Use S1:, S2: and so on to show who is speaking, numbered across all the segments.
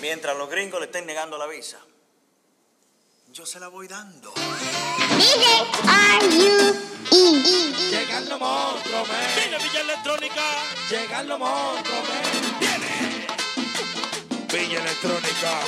S1: Mientras los gringos le estén negando la visa, yo se la voy dando.
S2: DJ, are you in?
S3: Llegan los monstruos, men. Tiene Villa Electrónica. Llegan los monstruos, men. Viene. Villa Electrónica.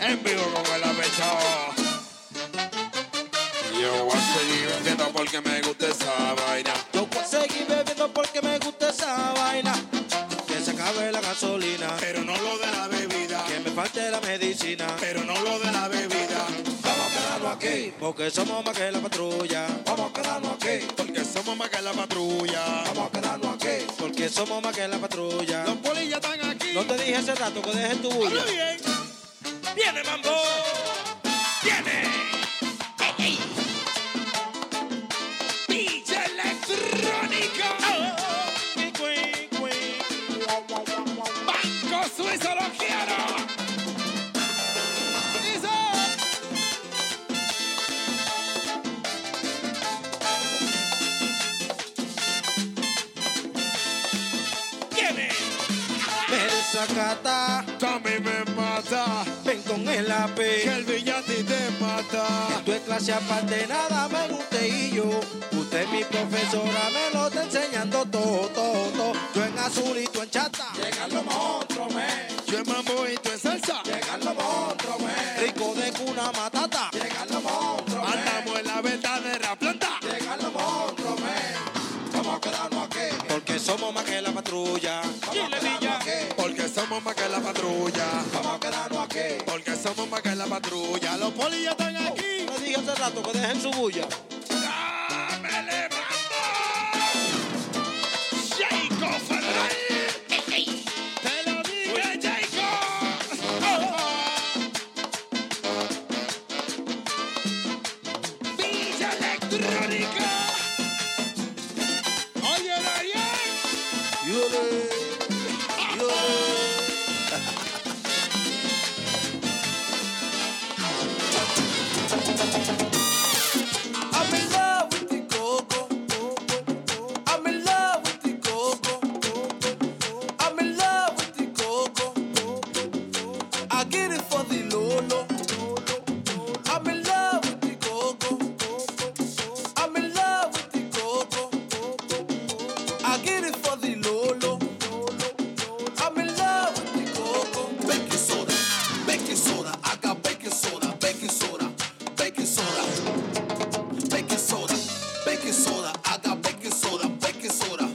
S3: En vivo con el apechado. Yo voy a seguir bebiendo porque me gusta esa vaina.
S4: Yo voy a seguir bebiendo porque me gusta esa vaina. Que se acabe la gasolina,
S3: Pero no lo de la bebida.
S4: que me falte la medicina.
S3: Pero no lo de la bebida. Vamos a quedarnos aquí.
S4: Porque somos más que la patrulla,
S3: Vamos a quedarnos aquí. Porque somos más que la patrulla. Vamos a quedarnos aquí.
S4: porque somos más que la patrulla.
S3: Los polis ya están aquí.
S4: No te dije hace rato que dejes tu
S3: Habla
S4: bulla.
S3: bien. Viene mambo. Viene. DJ Electrónica. Banco Suizo lo quiero. Suizo. Viene.
S4: Me desacata,
S3: Tommy me mata.
S4: ven con el AP.
S3: Que
S4: Que
S3: el brillante te mata.
S4: tú es clase aparte, nada me guste y yo. Usted es mi profesora, me lo está enseñando todo, todo, todo. Yo en azul y tú en chata. Llegan los monstruos, me.
S3: Yo en mambo y tú en salsa.
S4: Llegan los monstruos, me. Rico de cuna matata. Llegan los monstruos,
S3: Andamos en la verdadera planta.
S4: Llegan los monstruos, me. Vamos a quedarnos aquí. Porque somos más que la patrulla. Vamos a quedarnos aquí.
S3: Porque somos más que la patrulla.
S4: Vamos a quedarnos aquí.
S3: Porque somos más que la patrulla. Los polis ya están aquí.
S4: Le dije hace rato que dejen su bulla.
S3: ¡Ah, me levanto! ¡Jacob Fernández! ¡Te lo dije, Jacob! Oh. ¡Villa Electrónica! ¡Oye, Dariel!
S4: Yole, yole.
S5: I'm in love with the coco. I'm in love with the coco. I'm in love with the coco. I get it for the lolo. I'm in love with the coco. I'm in love with the coco. I get it for the lolo. I'm in love with the coco. Baking soda, baking soda. I got baking soda, baking soda, baking soda baking soda, baking soda. I got baking soda, baking soda,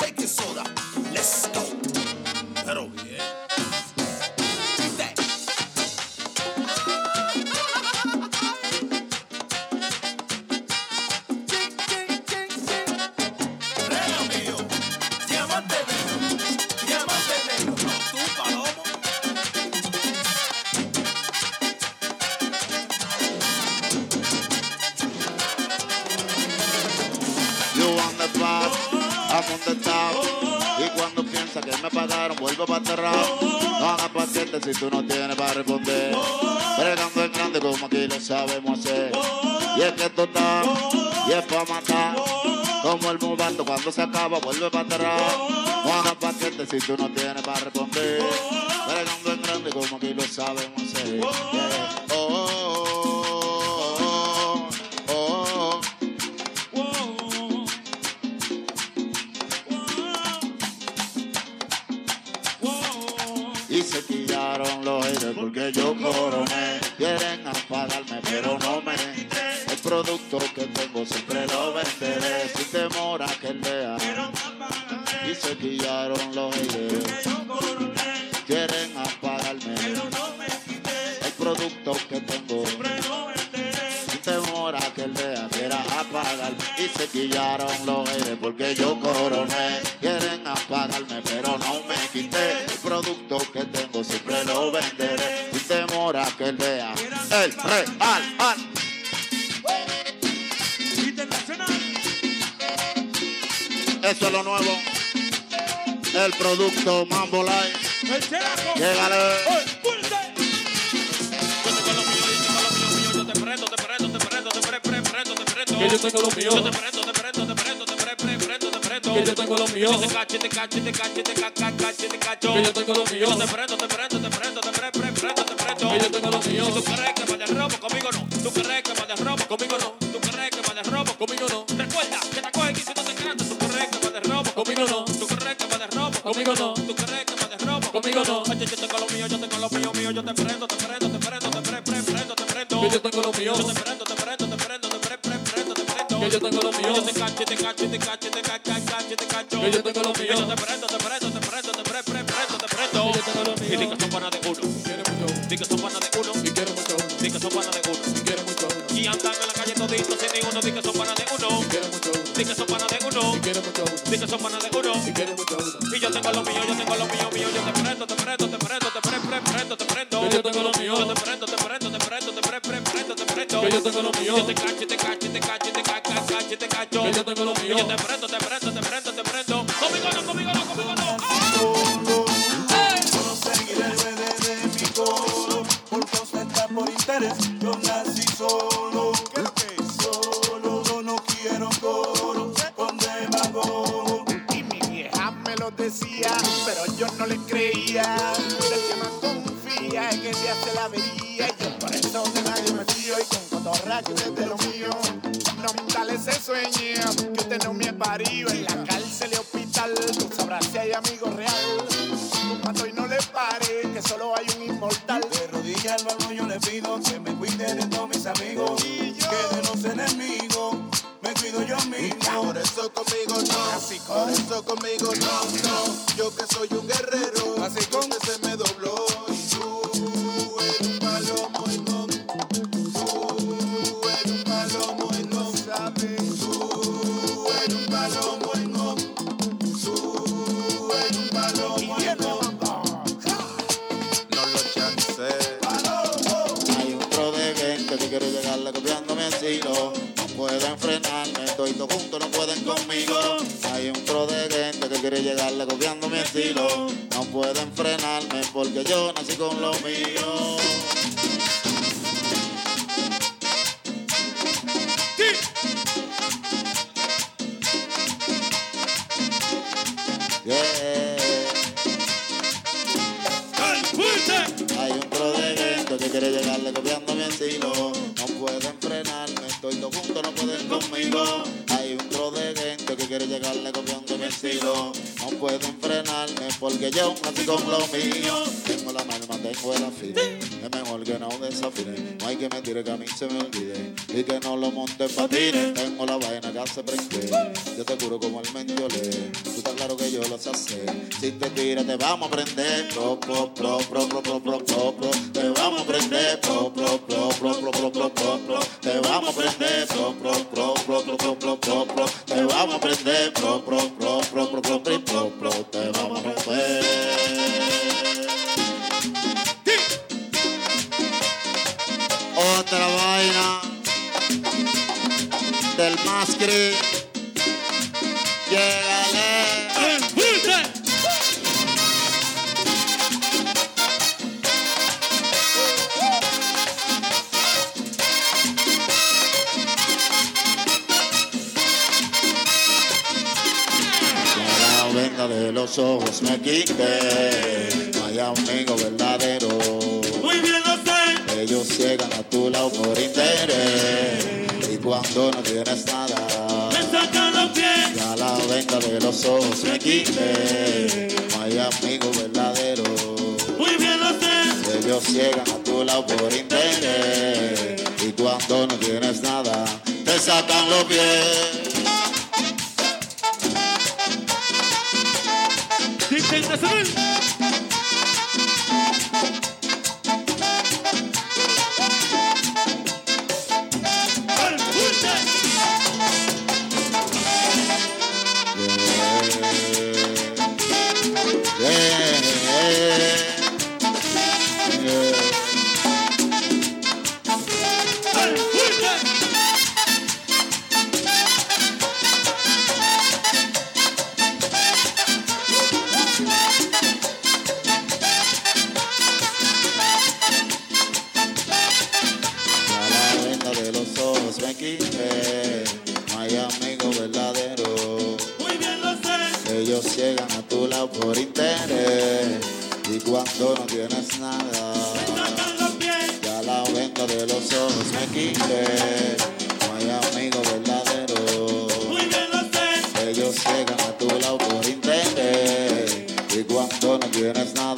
S5: baking soda. Let's go. Pedal, yeah. Take that. Ching, ching, ching, ching. Regalo mío, diamante negro, diamante negro. No, tú, palomo.
S6: You on the fast, I'm on the top. Y cuando piensa que me pagaron, vuelvo para atrás. No hagas paciente si tú no tienes para responder. Bregando en grande como aquí lo sabemos hacer. Y es que total, y es para matar. Como el mubato cuando se acaba, vuelve para atrás. No hagas paciente si tú no tienes para responder. Bregando en grande como aquí lo sabemos hacer. Yeah. Oh, oh, oh, oh, oh. y se pillaron los aires porque yo coroné. Quieren apagarme, pero no me. El producto que tengo siempre lo venderé sin temor a que lea. Y se pillaron los aires. Quieren apagarme, el producto que tengo sin temor a que el vea quiera apagar y se quillaron los aires porque yo coroné quieren apagarme pero no me quité el producto que tengo siempre lo venderé sin temor a que el vea el real al eso es lo nuevo el producto Mambo Live
S3: ¡El cheraco!
S6: llegale
S7: Que yo tengo lo mío. Yo te prendo, te prendo, te prendo, te prendo, te prendo, te prendo, te prendo. que yo tengo lo mío.
S4: Te cacho, te cacho, te cacho, te ca- ca- cacho, te cacho.
S7: Que yo tengo lo mío.
S4: Yo te prendo, te prendo, te prendo, te pre- pre- prendo, te prendo.
S7: Que yo tengo lo mío.
S4: ¿Tú crees que me derrobo? Conmigo no. ¿Tú crees que me derrobo? Conmigo no. ¿Tú crees que me derrobo?
S7: Conmigo no.
S4: Recuerda que te cogen y si no te cantas. ¿Tú crees que me derrobo?
S7: Conmigo no.
S4: ¿Tú crees que me derrobo?
S7: Conmigo no.
S4: ¿Tú crees que me derrobo?
S7: Conmigo no.
S4: Oye, yo tengo lo mío, yo tengo lo mío, mío. Yo te prendo, te prendo, te prendo, te pre- pre- prendo, te prendo.
S7: Que yo tengo lo mío.
S4: Yo te prendo, te prendo, te prendo, te pre- pre- prendo, te prendo.
S7: Que yo tengo lo mío.
S4: Yo te cacho, te cacho, te cacho, te ca- ca- cacho, te cacho.
S7: Que yo tengo lo mío.
S4: Que yo te prendo, te prendo, te prendo, te pre- pre- prendo, te prendo.
S7: Que yo tengo lo mío.
S4: Y di que son pana de uno.
S7: Quiere mucho,
S4: Di que son pana de uno.
S7: y quiere mucho,
S4: Di que son pana de uno.
S7: y quiere mucho,
S4: Y andan en la calle todito sin ninguno. Di que son pana de uno.
S7: y quiere mucho,
S4: Di que son pana de uno.
S7: y quiere mucho,
S4: Di que son pana de uno.
S7: y quiere mucho.
S4: Y yo tengo lo mío, yo tengo lo mío, mío. Yo te prendo, te prendo, te prendo, te pre- pre- prendo, te prendo.
S7: Que yo tengo lo mío.
S4: Yo te prendo, te prendo, te prendo, te pre- pre- prendo, te prendo.
S7: Que yo tengo lo mío.
S4: Yo te cacho, te cacho, te cacho, te ca- ca- cacho, te cacho.
S7: Que yo tengo lo mío.
S4: Y yo te prendo, te prendo, te prendo, te prendo. Conmigo no, conmigo no, conmigo no. ¡Ah!
S8: seguiré el bebé de mi coro Por constancia, por interés, yo nací solo Solo, yo no quiero coro con demagogo
S9: Y mi vieja me lo decía, pero yo no le creía. El que más confía en que se hace la avería. Y yo por eso de nadie me fío y con cotorra que es de lo mío. No me ese sueño que usted no me ha parido. En la cárcel y hospital, tú sabrás si hay amigo real. Tú mato y no le pare, que solo hay un inmortal.
S8: De rodillas al balón yo le pido que me cuide de todos mis amigos Que de los enemigos me cuido yo mismo
S9: Por eso conmigo no, por eso conmigo no, no. Yo que soy un guerrero, así con que se me dobló. Y tú eres un palomo y no, tú eres un palomo y no sabes. Tú eres un palomo y no, tú eres un palomo y no. No lo chancees.
S6: Hay un tro de gente que quiere llegarle copiando mi estilo. No pueden frenarme, estoy todo junto, no pueden conmigo. Hay un tro de gente que quiere llegarle copiando mi estilo. No pueden frenarme porque yo nací con lo mío. Yeah. Hay un pro de gente que quiere llegarle copiando mi estilo. No pueden frenarme, estoy todo junto, no pueden conmigo. Hay un pro de gente que quiere llegarle copiando mi estilo. No pueden frenarme porque yo nací con lo mío. Tengo la mano, mantengo el afine. Es mejor que no desafine. No hay que me tire que a mí se me olvide. Y que no lo monte en patines. Tengo la vaina que hace prende. Yo te juro como el mendiolé. Tú estás claro que yo lo sé hacer. Si te tiras te vamos a prender. Pro, pro, pro, pro, pro, pro, pro, pro, pro. Te vamos a prender. Pro, pro, pro, pro, pro, pro, pro, pro, pro. Te vamos a prender. Pro, pro, pro, pro, pro, pro, pro, pro, pro. Te vamos a prender. Pro, pro, pro, pro, pro, pro, pro, pro, pro. Te vamos a romper. otra vaina del Mascri. Llegale. Que la venda de los ojos me quite. No haya un amigo verdadero.
S4: Muy bien lo sé.
S6: Ellos llegan a tu lado por interés. Y cuando no tienes nada.
S4: sacan los pies.
S6: Ya la venda de los ojos me quite. No hay amigo verdadero.
S4: Muy bien lo sé.
S6: Ellos llegan a tu lado por interés. Y cuando no tienes nada, te sacan los pies.
S4: Dicen de subir. Al fuerte.
S6: Yeah. Yeah. Yeah.
S4: Al fuerte.
S10: Dile
S6: eh, cuando no tienes nada. Ya la venda de los ojos me quité. No hay amigo verdadero. Ellos llegan a tu lado por interés. Y cuando no tienes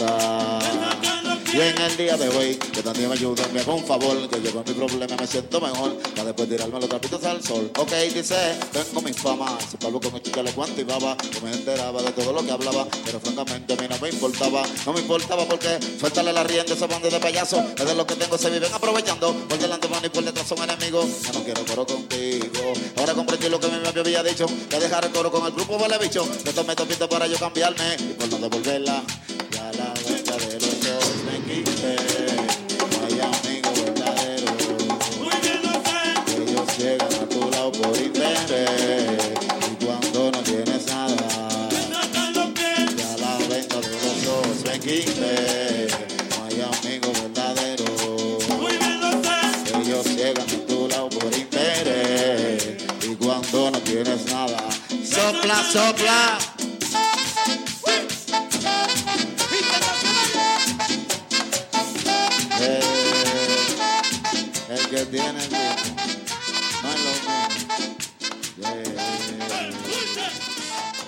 S6: nada. Y en el día de hoy, que también me ayuden, me hago un favor. Yo llevo mi problema, me siento mejor. Para después tirarme los trapitos al sol. Ok, dice, tengo mi fama. Si palvo con el chica le cuanto y baba. No me enteraba de todo lo que hablaba. Pero francamente a mí no me importaba. No me importaba porque suéltale la rienda a esos bandos de payasos. Es de lo que tengo, se viven aprovechando. Por delante van y por detrás son enemigos. Ya no quiero coro contigo. Ahora comprendí lo que mi me había dicho. Que dejar el coro con el grupo vale bicho. Yo tomé topita para yo cambiarme. Y por no devolverla. Ya la venta de los ojos me quité. No hay amigo verdadero. Ellos llegan a tu lado por interés. Y cuando no tienes nada, ya la venta de los ojos me quité. No hay amigo verdadero. Ellos llegan a tu lado por interés. Y cuando no tienes nada, sopla, sopla. Eh, el que tiene el tiempo. No es lo mismo. Eh,